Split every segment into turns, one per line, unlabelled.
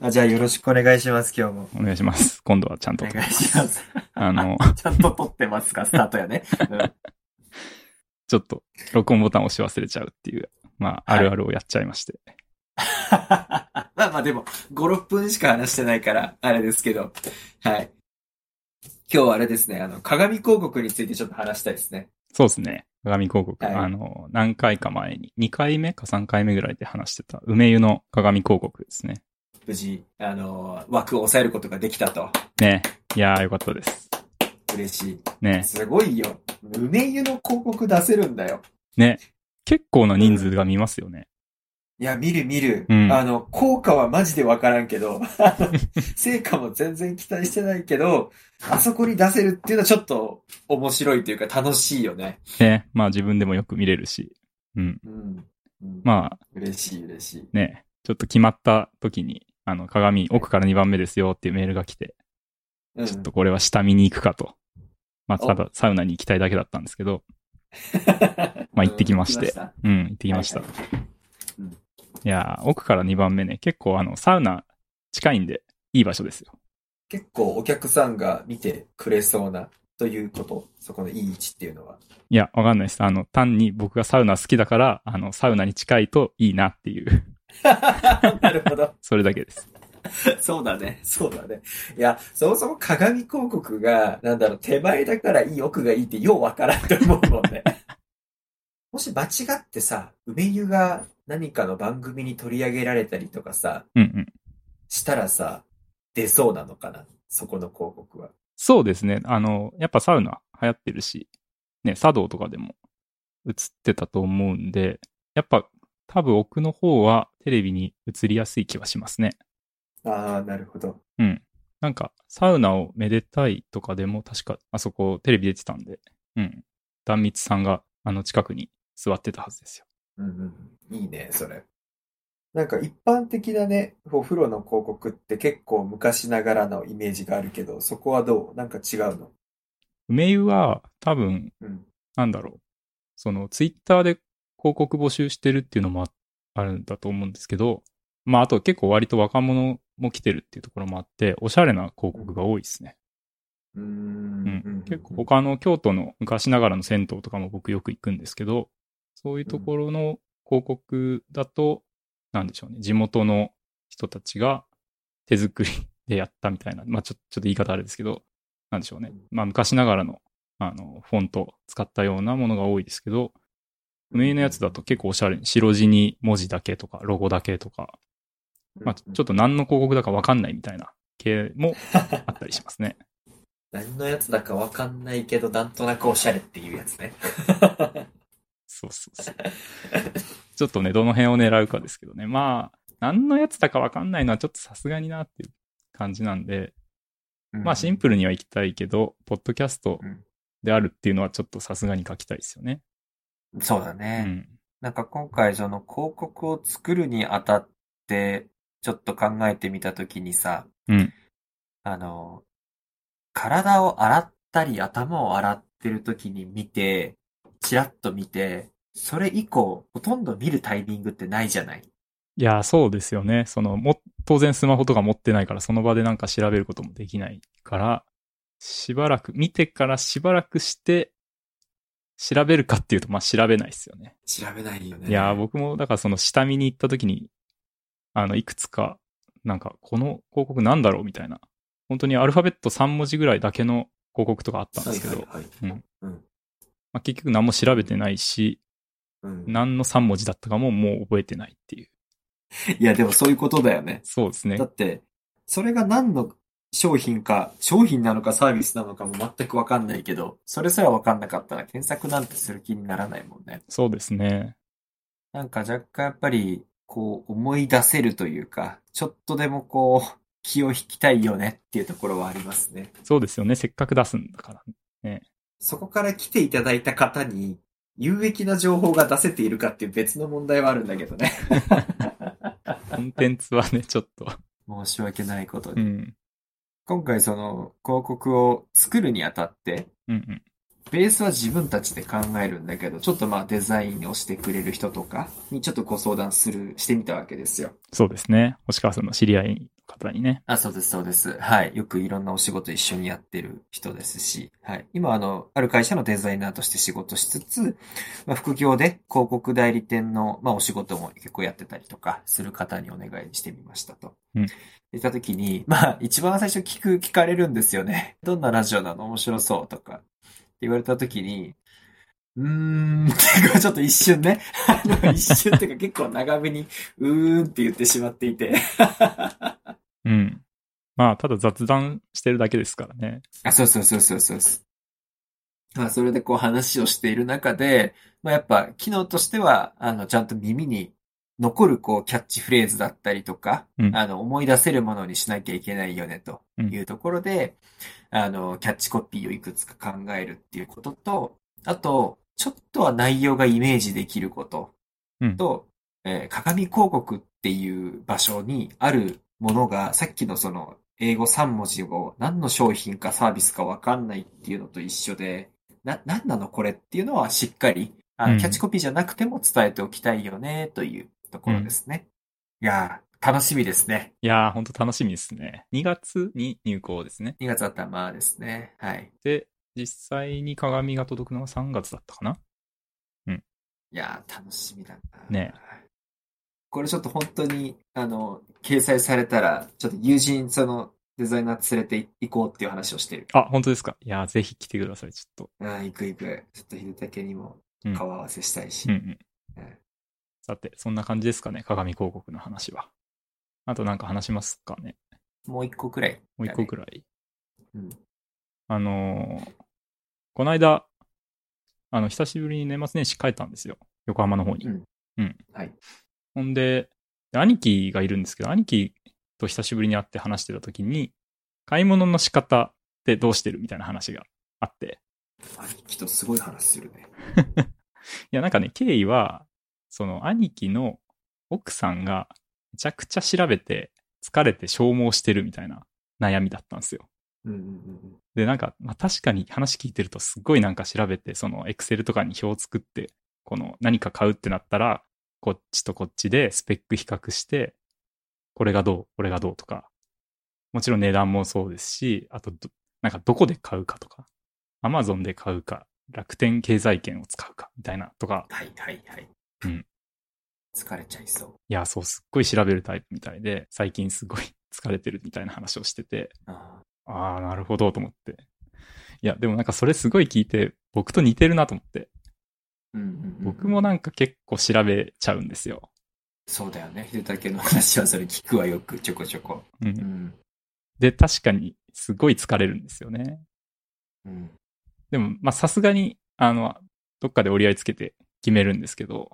あ、じゃあよろしくお願いします、今日も。
お願いし ます。今度はちゃん
お
と撮
願
ってま
い
す。
します。
あの、
ちゃんと撮ってますか、スタートやね。うん
ちょっと録音ボタン押し忘れちゃうっていう、ま
は
あ、あ
い
るあるをやっちゃいまして。
まあまあでも、5、6分しか話してないから、あれですけど。はい。今日はあれですね、あの、鏡広告についてちょっと話したいですね。
そうですね。鏡広告、
はい
あの、何回か前に、2回目か3回目ぐらいで話してた、梅湯の鏡広告ですね。
無事、あの、枠を抑えることができたと。
ねいやー、よかったです。
嬉しい。
ね
すごいよ。梅湯の広告出せるんだよ。
ね結構な人数が見ますよね。
いや、見る見る。
うん
あの、効果はマジでわからんけ ど、あの成果も全然期待してないけど、あそこに出せるっていうのはちょっと面白いというか楽しいよね。
ねまあ自分でもよく見れるし。うん。
うん。うん、
まあ
嬉しい嬉しい。
ね、ちょっと決まった時に、あの、鏡、奥から2番目ですよっていうメールが来て、
うん、
ちょっとこれは下見に行くかと。まあ、ただサウナに行きたいだけだったんです けど、まあ行ってきまし
うん行っ
て
て
うん、行ってきました。
はいいうん
やー、奥から2番目ね、結構あの、サウナ近いんで、いい場所ですよ。
結構お客さんが見てくれそうな、ということ。そこのいい位置っていうの は。
いや、わかんないです。あの、単に僕がサウナ好きだから、あの、サウナに近いといいなっていう、
なるほど。
それだけです。
そうだね。そうだね。いや、そもそも鏡広告が、なんだろう、手前だからいい、奥がいいってようわからんと思うもん ね。もし間違ってさ、梅湯が何かの番組に取り上げられたりとかさ、
うんうん。
したらさ、出そうなのかなそこの広告は。
そうですね。あの、やっぱサウナ流行ってるし、ね、茶道とかでも映ってたと思うんで、やっぱ多分奥の方はテレビに映りやすい気はしますね。
ああ、なるほど。
うん。なんか、サウナをめでたいとかでも、確か、あそこテレビ出てたんで、うん。壇蜜さんが、あの、近くに座ってたはずですよ。
うんうん。いいね、それ。なんか一般的なね、お風呂の広告って結構昔ながらのイメージがあるけど、そこはどうなんか違うの
梅湯は、多分、
うん。
なんだろう。その、ツイッターで広告募集してるっていうのもああるんだと思うんですけど、まあ、あと結構割と若者も来てるっていうところもあって、おしゃれな広告が多いですね。
うー
うん
ん
結構他の京都の昔ながらの銭湯とかも僕よく行くんですけど、そういうところの広告だと、なんでしょうね、地元の人たちが手作りでやったみたいな、まあちょちょっと言い方あれですけど、なんでしょうね、まあ昔ながらのあのフォントを使ったようなものが多いですけど、梅のやつだと結構おしゃれに白地に文字だけとかロゴだけとか、まあちょっ
と。
と何の広告だかわかんないみたいな系もあったりしますね。
何のやつだかわかんないけど、なんとなくおしゃれっていうやつね。
そうそうそう。ちょっとね、どの辺を狙うかですけどね。まあ、何のやつだかわかんないのはちょっとさすがになっていう感じなんで、まあシンプルには行きたいけど、ポッドキャスト
うん
であるっていうのはちょっとさすがに書きたいですよね。
ル。そうだ
う
ね。
ん。
なんか今回その広告を作るにあたって、ちょっと考えてみたときにさ、
うん
あの、体を洗ったり頭を洗ってるときに見て、ちらっと見て、それ以降、ほとんど見るタイミングってないじゃない
いや、そうですよね。その、も、当然スマホとか持ってないから、その場でなんか調べることもできないから、しばらく、見てからしばらくして、調べるかっていうと、まあ調べないですよね。
調べないよね。
いやー、僕も、だからその下見に行った時に、あの、いくつか、なんか、この広告なんだろうみたいな。本当にアルファベット3文字ぐらいだけの広告とかあったんですけ
は
ど、
いはい
うん
はい。うん。
まあ、結局何も調べてないし、
うん。
何の3文字だったかももう覚えてないっていう。
いや、でもそういうことだよね。
そうですね
だ。って、それが何の商品か、商品なのかサービスなのかも全くわかんないけど、それすらわかんなかったら検索なんてする気にならないもんね。
そうですね。
なんか若干やっぱり、こう思い出せるというか、ちょっとでもこう、気を引きたいよねっていうところはありますね。
そうですよね。せっかく出すんだから。
そこから来ていただいた方に、有益な情報が出せているかっていう別の問題はあるんだけどね。
コンテンツ はね、ちょっと。
申し訳ないこと
う
に。
ん。
今回その広告を作るにあたって、
うんうん。
ベースは自分たちで考えるんだけど、ちょっとまあデザインをしてくれる人とかにちょっとご相談する、してみたわけですよ。
そうですね。星川さんの知り合い方にね。
あ、そうです、そうです。はい。よくいろんなお仕事一緒にやってる人ですし、はい。今、あの、ある会社のデザイナーとして仕事しつつ、まあ、副業で広告代理店の、まあ、お仕事も結構やってたりとかする方にお願いしてみましたと。
うん
言った時に、まあ、一番最初聞く、聞かれるんですよね。 どんなラジオなの面白そうとか。って言われた時に、うーん、ってかちょっと一瞬ね。 あの、一瞬っていうか結構長めに、うーんって言ってしまっていて。
うん。まあ、ただ雑談してるだけですからね。
あ、そうそうそうそうそうそう。まあ、それでこう話をしている中で、まあやっぱ機能としては、あの、ちゃんと耳に残るこうキャッチフレーズだったりとか、
うん
あの、思い出せるものにしなきゃいけないよねというところで、あの、キャッチコピーをいくつか考えるっていうことと、あと、ちょっとは内容がイメージできること
うん
と、えー鏡広告っていう場所にあるものが、さっきのその英語3文字を何の商品かサービスかわかんないっていうのと一緒で、な、なんなのこれっていうのはしっかり、あ
うん
キャッチコピーじゃなくても伝えておきたいよね、というところですね。いやー、楽しみですね。
いやー、ほんと楽しみですね。2月に入校ですね。
2月頭ですね。はい。
で、実際に鏡が届くのは3月だったかない
やー、楽しみだな。
ね
これちょっと本当に、あの、掲載されたら、ちょっと友人、その、デザイナー連れて行こうっていう話をしてる。
あ、本当ですか。いやー、ぜひ来てください、ちょっ
うん、行く行く。ちょっと秀武にも
うん
顔合わせしたいし。
と。うんうん
うん。
さて、そんな感じですかね。鏡広告の話は。あとなんか話しますかね。
もう一個くらい、
もう一個くらい。
うん
あのーこの間、あの、久しぶりに年末年始帰ったんですよ。横浜の方に。
うん
ほんで、で兄貴がいるんですけど、兄貴と久しぶりに会って話してた時に、買い物の仕方ってどうしてるみたいな話があって。
兄貴とすごい話するね。
いや、なんかね、経緯は、その兄貴の奥さんがめちゃくちゃ調べて疲れて消耗してるみたいな悩みだったんですよ。
うんうんうん
で、なんか、まあ、確かに話聞いてるとすっごいなんか調べて、そのエクセルとかに表を作って、この何か買うってなったら、こっちとこっちでスペック比較して、これがどう、これがどうとか、もちろん値段もそうですし、あとど、なんかどこで買うかとか、アマゾンで買うか、楽天経済圏を使うかみたいなとか、
はいはいはい。
うん
疲れちゃいそう。
いや、そうすっごい調べるタイプみたいで、最近すごい疲れてるみたいな話をしてて、
あ
ああ、なるほどと思って。いや、でもなんかそれすごい聞いて、僕と似てるなと思って。
ーうんうんうん
僕もなんか結構調べちゃうんですよ。
そうだよね。秀武の話はそれ聞くわよく、ちょこちょこ。
うん
うん。
で、確かにすごい疲れるんですよね。
うん。
でも、まあさすがに、あの、どっかで折り合いつけて決めるんですけど、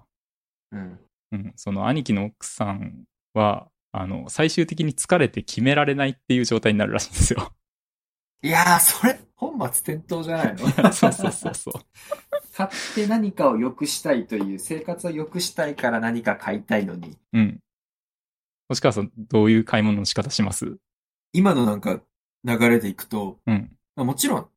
うん。
うん、その兄貴の奥さんは、あの、最終的に疲れて決められないっていう状態になるらしいんで すよ。
いやー、それ、本末転倒じゃない の
そうそうそうそう。
買って何かを良くしたいという、生活を良くしたいから何か買いたいのに、
うん。星川さん、どういう買い物の仕方します
今のなんか流れでいくと、
うん。
まあもちろん、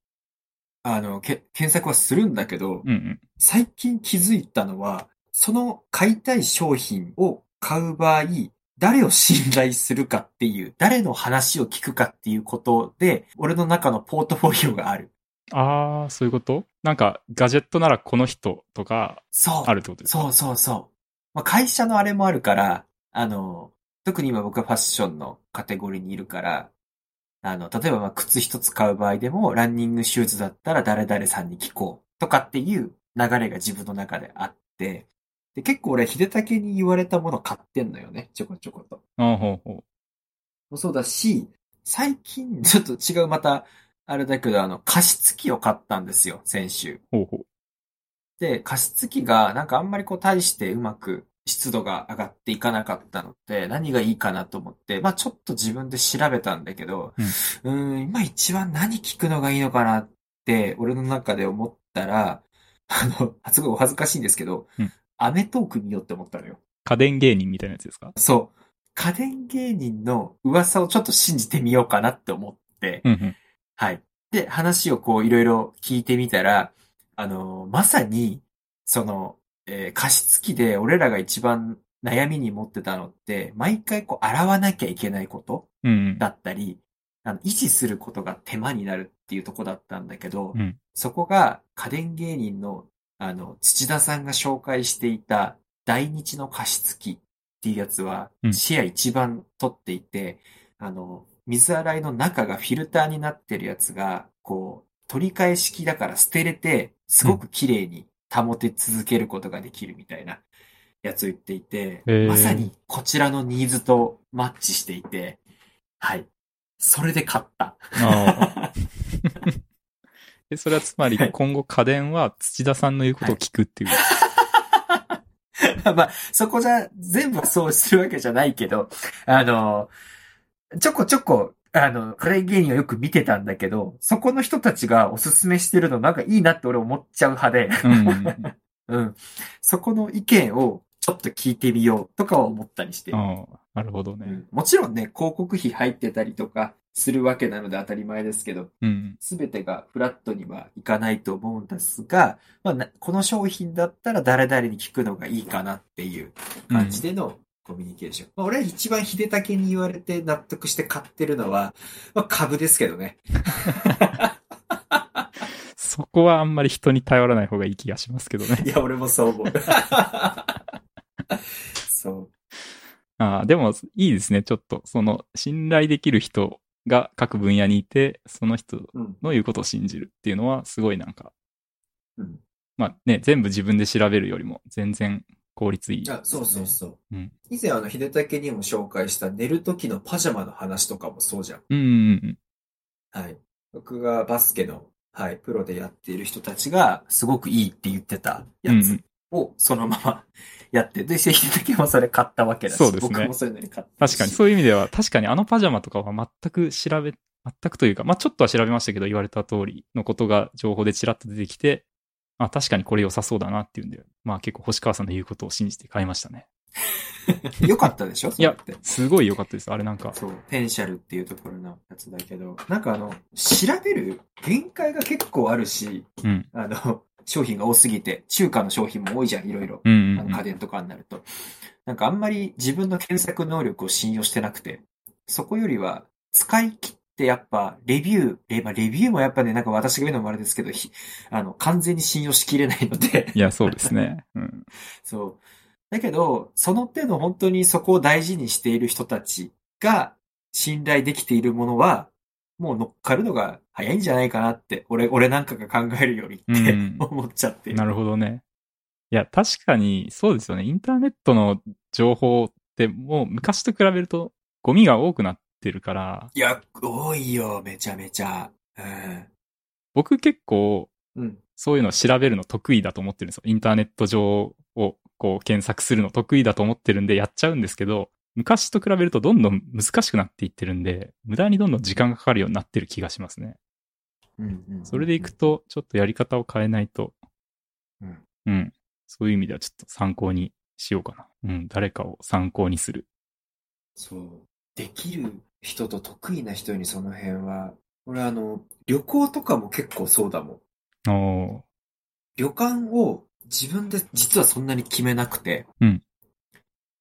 あの、け検索はするんだけど、
うんうん。
最近気づいたのは、その買いたい商品を買う場合、誰を信頼するかっていう、誰の話を聞くかっていうことで、俺の中のポートフォリオがある。
ああ、そういうことなんか、ガジェットならこの人とか
そう。
あるってことですか
そうそうそう。まあ、会社のあれもあるから、あの、特に今僕はファッションのカテゴリーにいるから、あの、例えばまあ靴一つ買う場合でも、ランニングシューズだったら誰々さんに聞こうとかっていう流れが自分の中であって、で、結構俺、秀武に言われたもの買ってんのよね、ちょこちょこと。
ああ、ほうほう。
もそうだし、最近、ちょっと違う、また、あれだけど、あの、加湿器を買ったんですよ、先週。
ほうほう。
で、加湿器がなんかあんまりこう大してうまく湿度が上がっていかなかったので、何がいいかなと思って、まあちょっと自分で調べたんだけど、うーん、今一番何聞くのがいいのかなって、俺の中で思ったら、あの、すごいお恥ずかしいんですけど
うん、
アメトーク見ようって思ったのよ。
家電芸人みたいなやつですか
そう。家電芸人の噂をちょっと信じてみようかなって思って、
うんうん。
はい。で、話をこういろいろ聞いてみたら、あのーまさに、その、えー加湿器で俺らが一番悩みに持ってたのって、毎回こう洗わなきゃいけないこと
うん。
だったり、あの維持することが手間になるっていうとこだったんだけど、
うん
そこが家電芸人のあの土田さんが紹介していた大日の加湿器っていうやつは
うん
シェア一番取っていて、あの水洗いの中がフィルターになってるやつがこう取り替え式だから捨てれてすごく綺麗に保て続けることができるみたいなやつを言っていて、
へー
まさにこちらのニーズとマッチしていて、はい。それで買った。
ああ。 え、それはつまり今後家電は土田さんの言うことを聞くっていう。
まあ、そこじゃ、全部はそうするわけじゃないけど、あの、ちょこちょこ、あの、クレイ芸人をよく見てたんだけど、そこの人たちがおすすめしてるのなんかいいなって俺思っちゃう派で、
うんうんうん。
うん。そこの意見をちょっと聞いてみようとかは思ったりしてる。
ああ、なるほど
う
ね。
んもちろんね、広告費入ってたりとかするわけなので当たり前ですけど、
うん。
すべてがフラットにはいかないと思うんですが、まあな、この商品だったら誰々に聞くのがいいかなっていう感じでのコミュニケーション。まあ、俺は一番秀武に言われて納得して買ってるのは、まあ、株ですけどね。
そこはあんまり人に頼らない方がいい気がしますけどね。
いや、俺もそう 思う。そう。
ああ、でもいいですね。ちょっと、その、信頼できる人が各分野にいて、その人
うん。
の言うことを信じるっていうのは、すごいなんか、
うん。
まあね、全部自分で調べるよりも、全然効率いい、
あ、そうそうそう。
うん
以前、あの、秀武にも紹介した寝る時のパジャマの話とかもそうじゃん。
うんうん
はい。僕がバスケの、はい、プロでやっている人たちが、すごくいいって言ってたや
うんう
つを、そのまま やって、で、秀武もそれ買ったわけだし、
そうですね
僕もそういうのに買っ
うん。
た
確
し。
かに、そういう意味では、確かにあのパジャマとかは全く調べ、全くというか、まあちょっとは調べましたけど、言われた通りのことが情報でちらっと出てきて、あ、確かにこれ良さそうだなっていうんで、まあ結構星川さんの言うことを信じて買いましたね。
よかったでしょ
いや
それって、
すごい良かったです。あれなんか、
そう、ペンシャルっていうところのやつだけど、なんかあの、調べる限界が結構あるし、
うん。
あの、商品が多すぎて、中華の商品も多いじゃん、いろいろ。
うんうん、
あ
う
の
ん。
家電とかになると。なんかあんまり自分の検索能力を信用してなくて、そこよりは使い切ってやっぱレビュー、レまあレビューもやっぱね、なんか私が言うのもあれですけど、ひあの、完全に信用しきれないので、
いや、そうですね。うん。
そう。だけど、その手の本当にそこを大事にしている人たちが信頼できているものは、もう乗っかるのが早いんじゃないかなって、俺、俺なんかが考えるよりって、
うん
思っちゃってる
なるほどね。いや、確かに、そうですよね。インターネットの情報って、もう昔と比べると、ゴミが多くなってるから、
いや、多いよ、めちゃめちゃ。
僕結構、
うん。うん。
そういうのを調べるの得意だと思ってるんですよ。インターネット上を、こう、検索するの得意だと思ってるんで、やっちゃうんですけど、昔と比べるとどんどん難しくなっていってるんで、無駄にどんどん時間がかかるようになってる気がしますね。それでいくと、ちょっとやり方を変えないと、
うん
うん。そういう意味ではちょっと参考にしようかな。うん。誰かを参考にする。
そう。できる人と得意な人にその辺は、俺あの、旅行とかも結構そうだもん。
おー
旅館を自分で実はそんなに決めなくて、
うん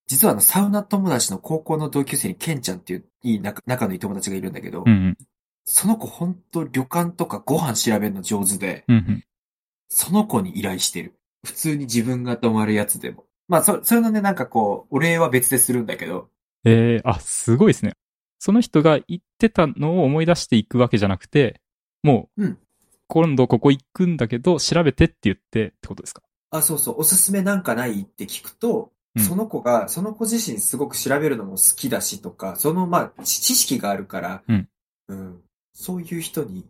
実はあの、サウナ友達の高校の同級生にケンちゃんっていういい仲仲のいい友達がいるんだけど、
うんうん。
その子ほんと旅館とかご飯調べるの上手で、
うんうん。
その子に依頼してる。普通に自分が泊まるやつでも。まあ、そ、それのね、なんかこう、お礼は別でするんだけど、
えー、あ、すごいですね。その人が言ってたのを思い出していくわけじゃなくて、もう、
うん
今度ここ行くんだけど、調べてって言ってってことですか
あ、そうそう、おすすめなんかないって聞くと、
うん
その子が、その子自身すごく調べるのも好きだしとか、その、まあ、知知識があるから、
うん
うんそういう人に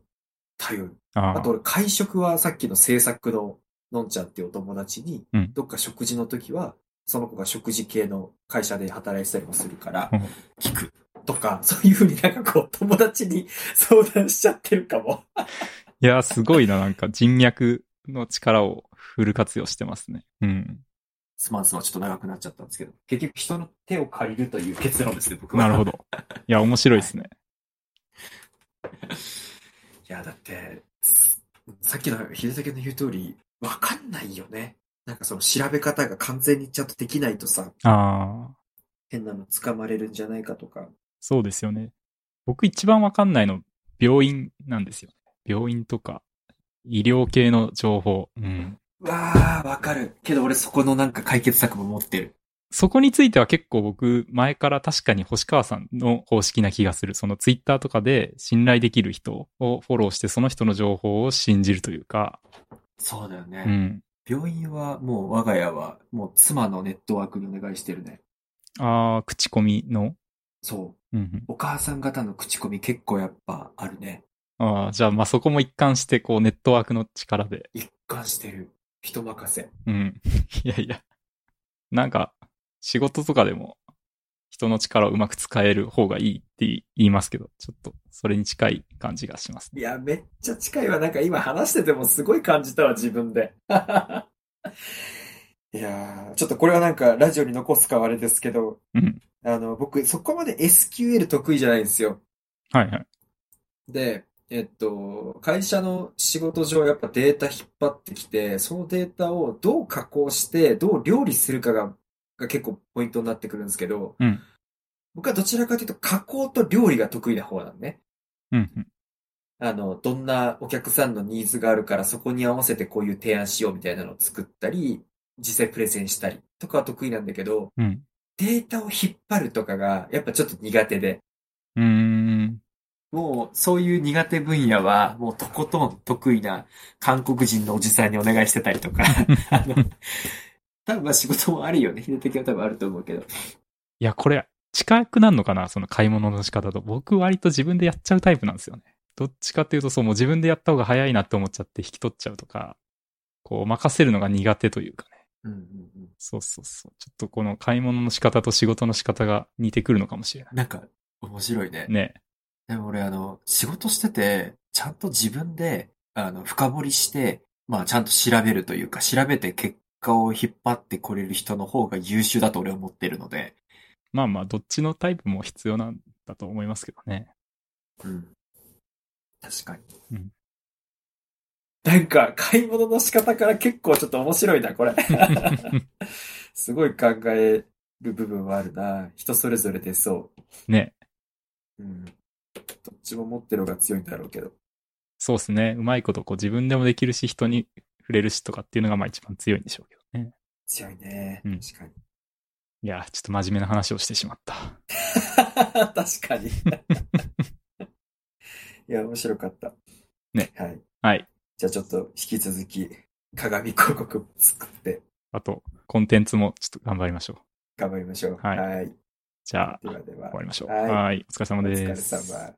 頼る。
あ
あ
あ
と、俺、会食はさっきの制作ののんちゃんっていうお友達に、
うん
どっか食事の時は、その子が食事系の会社で働いてたりもするから
うん、
聞くとか、そういうふうになんかこう、友達に 相談しちゃってるかも。
いやー、すごいな。なんか人脈の力をフル活用してますね。うん。
すまんすまん、ちょっと長くなっちゃったんですけど、結局人の手を借りるという結論ですね、僕は。
なるほ
ど。
ど。いや、面白いですね。
いや、だって、すさっきの秀武の言う通り、わかんないよね。なんかその調べ方が完全にちゃんとできないとさ、
ああ、
変なの掴まれるんじゃないかとか。
そうですよね。僕一番わかんないの、病院なんですよ。病院とか、医療系の情報。うん。
うわあ、わかる。けど俺そこのなんか解決策も持ってる。
そこについては結構僕、前から確かに星川さんの方式な気がする。そのツイッターとかで信頼できる人をフォローして、その人の情報を信じるというか、
そうだよね。
うん。
病院はもう我が家はもう妻のネットワークにお願いしてるね。
ああ、口コミの。
そう。
うん
お母さん方の口コミ結構やっぱあるね。
うん。ああ、じゃあ、まあそこも一貫して、こう、ネットワークの力で。
一貫してる。人任せ。
うん。 いやいや。なんか、仕事とかでも、人の力をうまく使える方がいいって言いますけど、ちょっと、それに近い感じがしますね。
いや、めっちゃ近いわ。なんか今話しててもすごい感じたわ、自分で。 いやー、ちょっとこれはなんかラジオに残すかあれですけど、
うん。
あの、僕そこまで SQL 得意じゃないんですよ。
はいはい。
で、えっと、会社の仕事上やっぱデータ引っ張ってきて、そのデータをどう加工して、どう料理するかが、が結構ポイントになってくるんですけど、
うん
僕はどちらかというと加工と料理が得意な方なんね。
うんうん。
あの、どんなお客さんのニーズがあるから、そこに合わせてこういう提案しようみたいなのを作ったり、実際プレゼンしたりとかは得意なんだけど、
うん。
データを引っ張るとかが、やっぱちょっと苦手で、
うーん。
もう、そういう苦手分野は、もうとことん得意な韓国人のおじさんにお願いしてたりと か、あの、多分まあ仕事もあるよね。秀的は多分あると思うけど。
いや、これ、近くなんのかなその買い物の仕方と。僕、割と自分でやっちゃうタイプなんですよね。どっちかっていうと、そう、もう自分でやった方が早いなって思っちゃって引き取っちゃうとか、こう、任せるのが苦手というかね。
うんうんうん。
そうそうそう。ちょっとこの買い物の仕方と仕事の仕方が似てくるのかもしれない。
なんか、面白いね。
ね。
でも俺、あの、仕事してて、ちゃんと自分で、あの、深掘りして、まあ、ちゃんと調べるというか、調べて結果を引っ張ってこれる人の方が優秀だと俺は思ってるので、
まあまあ、どっちのタイプも必要なんだと思いますけどね。
うん。確かに。
うん
なんか、買い物の仕方から結構ちょっと面白いな、 これ。すごい考える部分はあるな。人それぞれでそ
ね。
う。うん。どっちも持ってる方が強いんだろうけど。
そうですね。うまいこと、こう自分でもできるし、人に触れるしとかっていうのがまあ一番強いんでしょうけどね。
強いね。
うん
確かに。
いやー、ちょっと真面目な話をしてしまった。
確かに。い や、面白かった。
ね。
はい。
はい。
じゃあちょっと引き続き、鏡広告作って
あと、コンテンツもちょっと頑張りましょう。
頑張りましょう。
はい
はい。
じゃあ、
で
終
はでは。
わりましょう。
はい
はい。お疲れ様
お
で
疲れ
す。
様。